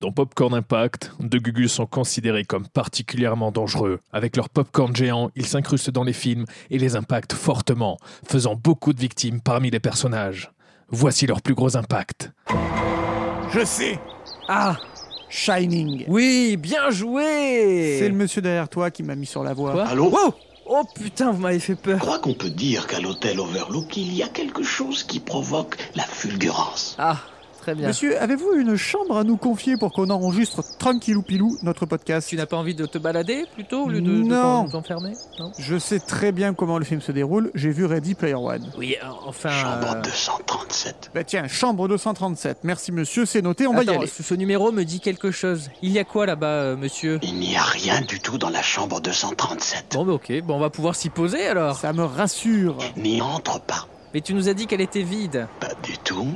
Dans Popcorn Impact, deux Gugus sont considérés comme particulièrement dangereux. Avec leur popcorn géant, ils s'incrustent dans les films et les impactent fortement, faisant beaucoup de victimes parmi les personnages. Voici leurs plus gros impacts. Je sais Ah Shining Oui, bien joué C'est le monsieur derrière toi qui m'a mis sur la voie. Quoi Allô Wow Oh putain, vous m'avez fait Je peur crois qu'on peut dire qu'à l'hôtel Overlook, il y a quelque chose qui provoque la fulgurance. Ah, très bien. Monsieur, avez-vous une chambre à nous confier pour qu'on enregistre tranquillou pilou notre podcast Tu n'as pas envie de te balader plutôt au lieu de, Non. de t'enfermer Non Je sais très bien comment le film se déroule, j'ai vu Ready Player One. Oui, euh, enfin... Chambre euh, 237. Bah tiens, chambre 237, merci monsieur, c'est noté, on va y attends, aller. ce, ce numéro me dit quelque chose. Il y a quoi là-bas, euh, monsieur Il n'y a rien du tout dans la chambre 237. Bon, bah ok, bon, on va pouvoir s'y poser alors. Ça me rassure. N'y entre pas. Mais tu nous as dit qu'elle était vide. Pas du tout.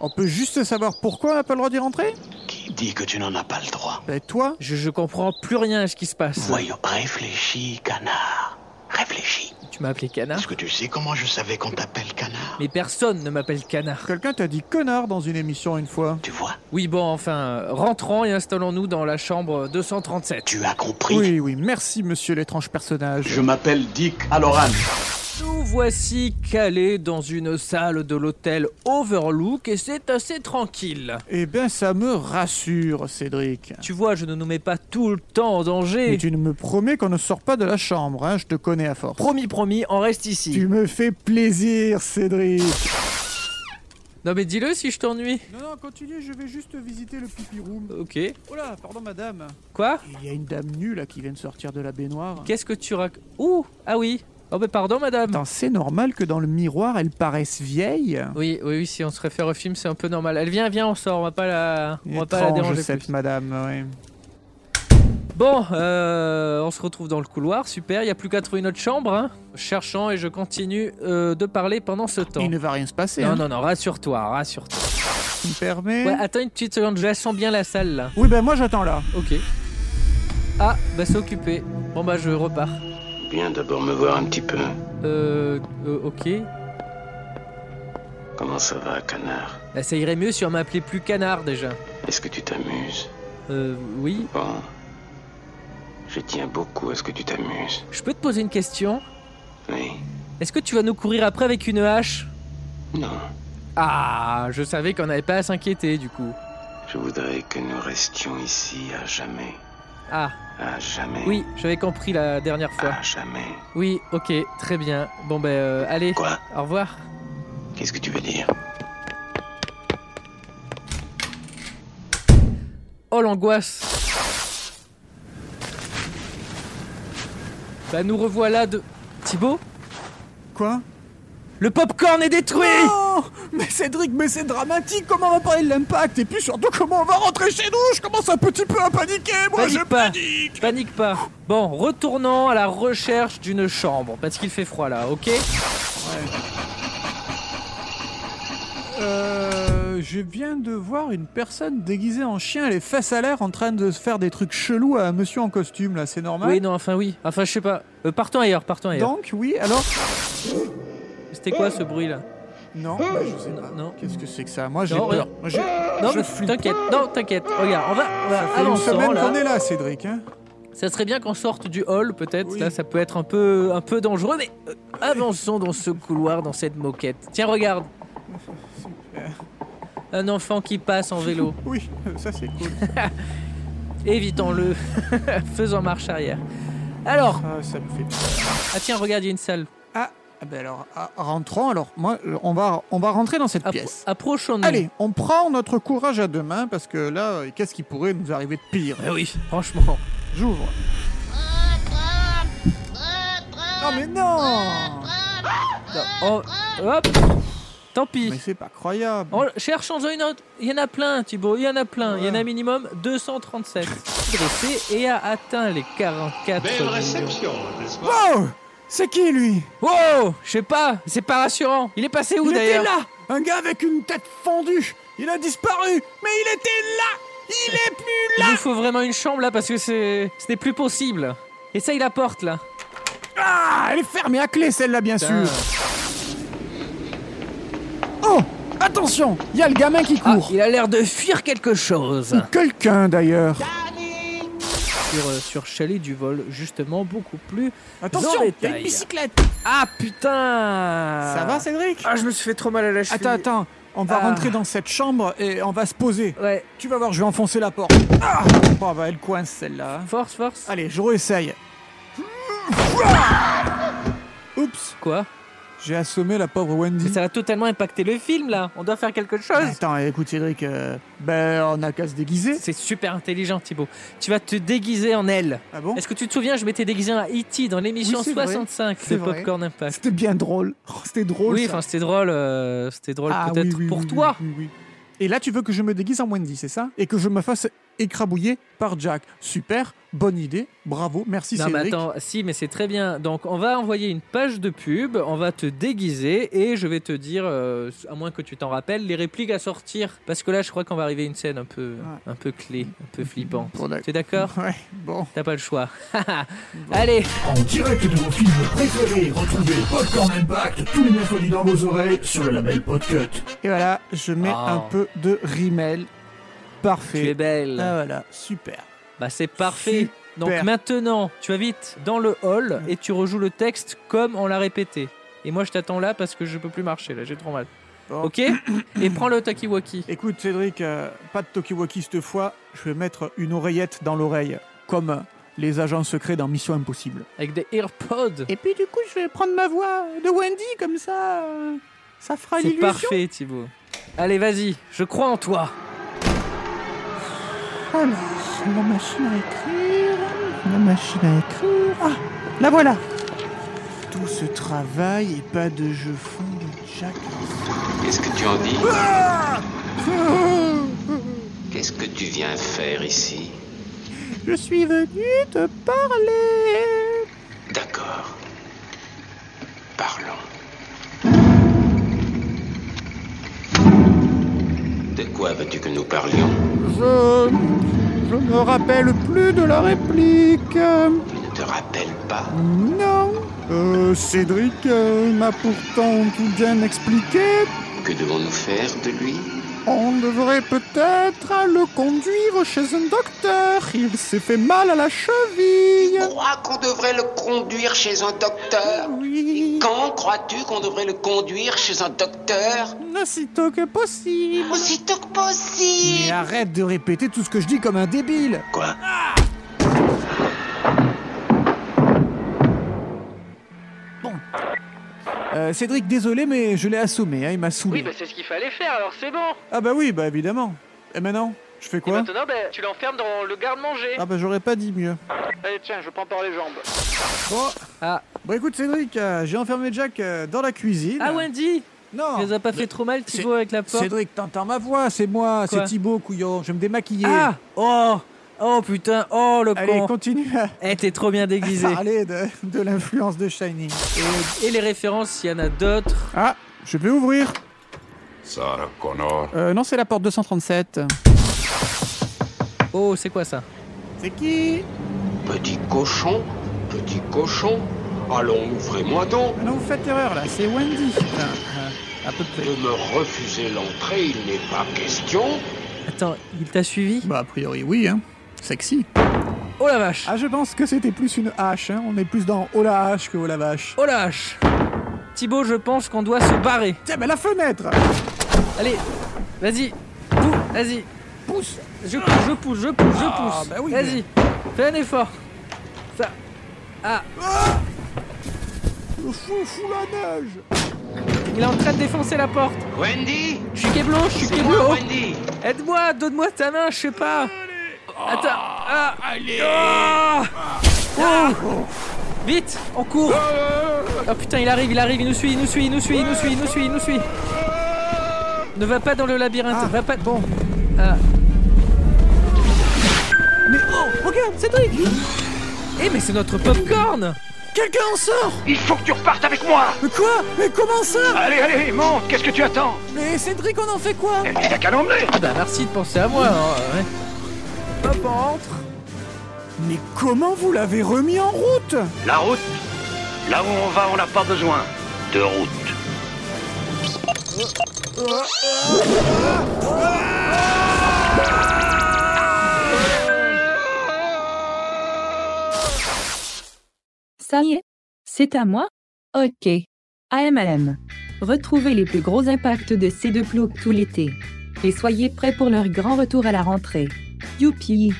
On peut juste savoir pourquoi on n'a pas le droit d'y rentrer Qui dit que tu n'en as pas le droit Bah toi Je, je comprends plus rien à ce qui se passe. Voyons, réfléchis, canard. Réfléchis. Tu m'as appelé canard Est-ce que tu sais comment je savais qu'on t'appelle canard Hein Mais personne ne m'appelle canard. Quelqu'un t'a dit connard dans une émission une fois. Tu vois, Oui, bon, enfin, euh, rentrons et installons-nous dans la chambre 237. tu as compris. Oui, oui, merci monsieur l'étrange personnage. Je m'appelle Dick Aloran. Nous voici calés dans une salle de l'hôtel Overlook et c'est assez tranquille. Eh ben ça me rassure, Cédric. Tu vois, je ne nous mets pas tout le temps en Mais danger. tu ne me promets qu'on ne sort pas de la chambre, hein, je te connais à force. Promis, promis, on reste ici. Tu me fais plaisir, Cédric. Non mais dis-le si je t'ennuie. Non, non, continue, je vais juste visiter le pipi room. Ok. Oh là, pardon madame. Quoi Il y a une dame nue là qui vient de sortir de la baignoire. Qu'est-ce que tu rac... Ouh Ah oui Oh mais pardon madame Attends, c'est normal que dans le miroir elle paraisse vieille Oui, oui, oui, si on se réfère au film, c'est un peu normal. Elle vient, viens, on sort, on va pas la, on va pas la Étrange, déranger cette plus. madame, ouais. Bon, euh, on se retrouve dans le couloir, super, il a plus qu'à trouver notre chambre. Hein. Cherchant et je continue euh, de parler pendant ce temps. Il ne va rien se passer, Non, hein, non, non, rassure-toi, rassure-toi. tu me permets Ouais, attends une petite seconde, je la sens bien la salle là. Oui, ben moi j'attends là. Ok. Ah, bah c'est occupé. Bon bah je repars. Viens d'abord me voir un petit peu. Euh, euh, ok. Comment ça va, canard Bah, ça irait mieux si on m'appelait plus canard déjà. Est-ce que tu t'amuses Euh, oui. Bon. Je tiens beaucoup à ce que tu t'amuses. Je peux te poser une question Oui. Est-ce que tu vas nous courir après avec une hache Non. Ah, je savais qu'on n'avait pas à s'inquiéter du coup. Je voudrais que nous restions ici à jamais. Ah, À jamais. oui, j'avais compris la dernière fois. À jamais. Oui, ok, très bien. Bon ben, euh, allez, Quoi au revoir. Qu'est-ce que tu veux dire Oh l'angoisse Bah nous revoilà de... Thibaut Quoi Le popcorn est détruit Non Mais Cédric, mais c'est dramatique, comment on va parler de l'impact Et puis surtout, comment on va rentrer chez nous Je commence un petit peu à paniquer, moi Panique je pas. panique Panique pas. Bon, retournons à la recherche d'une chambre, parce qu'il fait froid là, ok Euh, je viens de voir une personne déguisée en chien, elle est face à l'air en train de se faire des trucs chelous à un monsieur en costume, là, c'est normal Oui, non, enfin oui. Enfin, je sais pas. Euh, partons ailleurs, partons ailleurs. Donc, oui, alors C'était quoi ce bruit là Non, bah, je sais pas. Non. Qu'est-ce que c'est que ça Moi j'ai Non, peur. rien. Moi, j'ai- Oh, Non, je mais flippe. t'inquiète, non, t'inquiète. Regarde, on va, on va Ça fait une avançons, semaine là. qu'on est là, Cédric. Hein Ça serait bien qu'on sorte du hall, peut-être. Oui. Là, ça peut être un peu, un peu dangereux, mais euh, avançons dans ce couloir, dans cette moquette. Tiens, regarde. Un enfant qui passe en vélo. oui, ça c'est cool. Évitons-le. Faisons marche arrière. Alors, Ah, ça me fait ah tiens, regarde, il y a une salle. Ah, ah ben alors, ah, rentrons. Alors, moi, euh, on va, on va rentrer dans cette Appro- pièce. Approchons-nous. Allez, on prend notre courage à deux mains parce que là, euh, qu'est-ce qui pourrait nous arriver de pire Ah oui, franchement. J'ouvre. Non mais non Oh, hop. Tant pis. Mais c'est pas croyable. Oh, cherchons-en une autre. Il y en a plein, Thibaut. Il y en a plein. Il y en a minimum 237. Dressé et a atteint les 44. millions. n'est-ce pas Wow oh, C'est qui lui Wow, je sais pas. C'est pas rassurant. Il est passé où Il était d'ailleurs là Un gars avec une tête fendue Il a disparu Mais il était là Il est plus Il là nous faut vraiment une chambre là parce que c'est, ce n'est plus possible. Essaye la porte là. Ah Elle est fermée à clé celle-là, bien Putain. sûr Oh Ah Attention, il y a le gamin qui Ah, court. il a l'air de fuir quelque chose. Ou quelqu'un d'ailleurs. sur, euh, sur Chalet du vol, justement, beaucoup plus. Attention, Dans il les y a tailles. une bicyclette. Ah putain Ça va Cédric Ah, je me suis fait trop mal à la cheville. Attends, attends. On va Ah. rentrer dans cette chambre et on va se poser. Ouais, Tu vas voir, je vais enfoncer la porte. Ah Bon, bah elle coince celle-là. force, force. Allez, je réessaye. Ah, Oups, Hmm. Quoi j'ai assommé la pauvre Mais Wendy. ça a totalement impacté le film là. On doit faire quelque chose. Attends, écoute Cédric, euh, ben on a qu'à se déguiser. C'est super intelligent, Thibaut. Tu vas te déguiser en elle. Ah bon Est-ce que tu te souviens, je m'étais déguisé en E.T. dans l'émission Oui, c'est vrai. 65 C'est de vrai. Popcorn Impact. C'était bien drôle. Oh, C'était drôle. Oui, ça. enfin, c'était drôle. euh, c'était drôle Ah, peut-être oui, oui, pour oui, toi. oui, oui, oui. Et là, tu veux que je me déguise en Wendy, c'est ça Et que je me fasse écrabouiller par Jack. Super, bonne idée, bravo, merci non, mais Cédric. attends, si, mais c'est très bien. Donc, on va envoyer une page de pub, on va te déguiser et je vais te dire, euh, à moins que tu t'en rappelles, les répliques à sortir. Parce que là, je crois qu'on va arriver à une scène un peu, Ouais. un peu clé, un peu flippante. Bon, d'accord. T'es d'accord Ouais, bon. T'as pas le choix. Allez, En direct de vos films préférés, retrouvez Popcorn Impact tous les mercredis dans vos oreilles sur le label Podcut. Et voilà, je mets Ah. un peu de rimel. tu es Parfait. belle. Ah voilà, super. Bah, c'est parfait. Donc Super. maintenant, tu vas vite dans le hall et tu rejoues le texte comme on l'a répété. Et moi, je t'attends là parce que je peux plus marcher, là, j'ai trop mal. Bon. Ok Et prends le Takiwaki. Écoute Cédric, euh, pas de Tokiwaki cette fois, je vais mettre une oreillette dans l'oreille, comme euh, les agents secrets dans Mission Impossible. Avec des AirPods. Et puis du coup, je vais prendre ma voix de Wendy, comme ça, euh, ça fera C'est l'illusion. parfait, Thibaut. Allez, vas-y, je crois en toi. Alors, Oh, la machine à écrire, la machine à écrire. Ah, la voilà. Tout ce travail et pas de jeu fond de Jack. Qu'est-ce que tu en dis Oh, Qu'est-ce que tu viens faire ici Je suis venu te parler. D'accord. Parlons. De quoi veux-tu que nous parlions Je, je me rappelle plus de la réplique. Tu ne te rappelles pas Non. Euh, Cédric euh, m'a pourtant tout bien expliqué. Que devons-nous faire de lui On devrait peut-être le conduire chez un docteur. Il s'est fait mal à la cheville. Crois qu'on devrait le conduire chez un docteur Oui, Quand crois-tu qu'on devrait le conduire chez un docteur aussitôt que possible. Aussitôt que possible Mais arrête de répéter tout ce que je dis comme un débile. Quoi Euh, Cédric, désolé, mais je l'ai assommé, hein, il m'a saoulé. bah, c'est ce qu'il fallait faire, alors c'est bon. Ah bah oui, bah évidemment. Et maintenant, je fais quoi maintenant, bah, tu l'enfermes dans le garde-manger. Ah bah j'aurais pas dit mieux. Allez, tiens, je prends par les jambes. Bon, Ah, bah écoute Cédric, euh, j'ai enfermé Jack euh, dans la cuisine. ah Wendy Tu Non les as pas fait trop mal, c'est- Thibaut, avec la porte Cédric, t'entends ma voix, c'est moi, Quoi c'est Thibaut, couillon, je vais me démaquiller. Ah Oh Oh putain Oh le Allez, con continue à Eh, t'es trop bien déguisé parler de, de l'influence de Shining. Et les références, s'il y en a d'autres. Ah, je vais ouvrir. Sarah Connor. Euh, non, c'est la porte 237. Oh, c'est quoi ça C'est qui Petit cochon Petit cochon Allons, ouvrez-moi donc Ah Non, vous faites erreur là, c'est Wendy. euh, à peu près. De me refuser l'entrée, il n'est pas question. Attends, il t'a suivi Bah, a priori, oui, hein. Sexy. Oh la vache Ah, je pense que c'était plus une hache, hein. On est plus dans oh la hache que oh la vache. Oh la vache Thibaut, je pense qu'on doit se barrer. Tiens, mais la fenêtre Allez, vas-y Pousse Vas-y Pousse je, je pousse, je pousse, je pousse bah oui, Vas-y Fais un effort Ça Ah Le fou, fou la neige Il est en train de défoncer la porte Wendy Je suis Keblon, je suis C'est moi, Keblon Wendy Aide-moi, donne-moi ta main, je sais pas. Attends. Ah. Ah. Ah. Vite, on court. Oh putain, il arrive, il arrive, il nous suit, il nous suit, il nous suit, il nous suit, il nous suit, il nous suit. Ne va pas dans le labyrinthe, Ah, va pas. bon. Ah. Mais oh, regarde, Cédric Eh mais c'est notre popcorn. Quelqu'un en sort Il faut que tu repartes avec moi Mais quoi Mais comment ça Allez, allez, monte, qu'est-ce que tu attends Mais Cédric, on en fait quoi Eh, T'as qu'à l'emmener Ah bah merci de penser à moi. hein, ouais. Hop, on rentre. Mais comment vous l'avez remis en route La route Là où on va, on n'a pas besoin de route. Ça y est, c'est à moi Ok. AMM. Retrouvez les plus gros impacts de ces deux plots tout l'été. Et soyez prêts pour leur grand retour à la rentrée. Youpi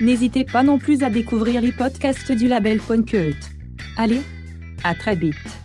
N'hésitez pas non plus à découvrir les podcasts du label Punkelt. Allez, à très vite